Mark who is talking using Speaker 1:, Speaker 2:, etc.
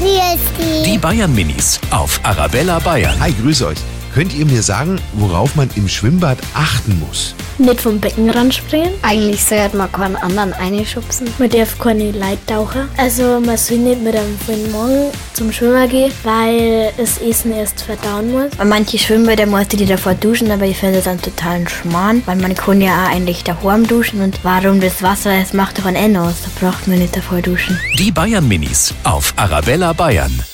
Speaker 1: Wie ist
Speaker 2: Die Bayern Minis auf Arabella Bayern.
Speaker 3: Hi, grüße euch. Könnt ihr mir sagen, worauf man im Schwimmbad achten muss?
Speaker 4: Nicht vom Beckenrand springen.
Speaker 5: Eigentlich sollte man keinen anderen einschubsen.
Speaker 4: Man darf keine Leute tauchen. Also man soll nicht mit einem vollen Morgen zum Schwimmer gehen, weil das Essen erst verdauen muss.
Speaker 5: Manche Schwimmbäder musste die davor duschen, aber ich finde das einen totalen Schmarrn, weil man kann ja auch eigentlich daheim duschen und warum das Wasser, eh es macht doch einen N aus, da braucht man nicht davor duschen.
Speaker 2: Die Bayern Minis auf Arabella Bayern.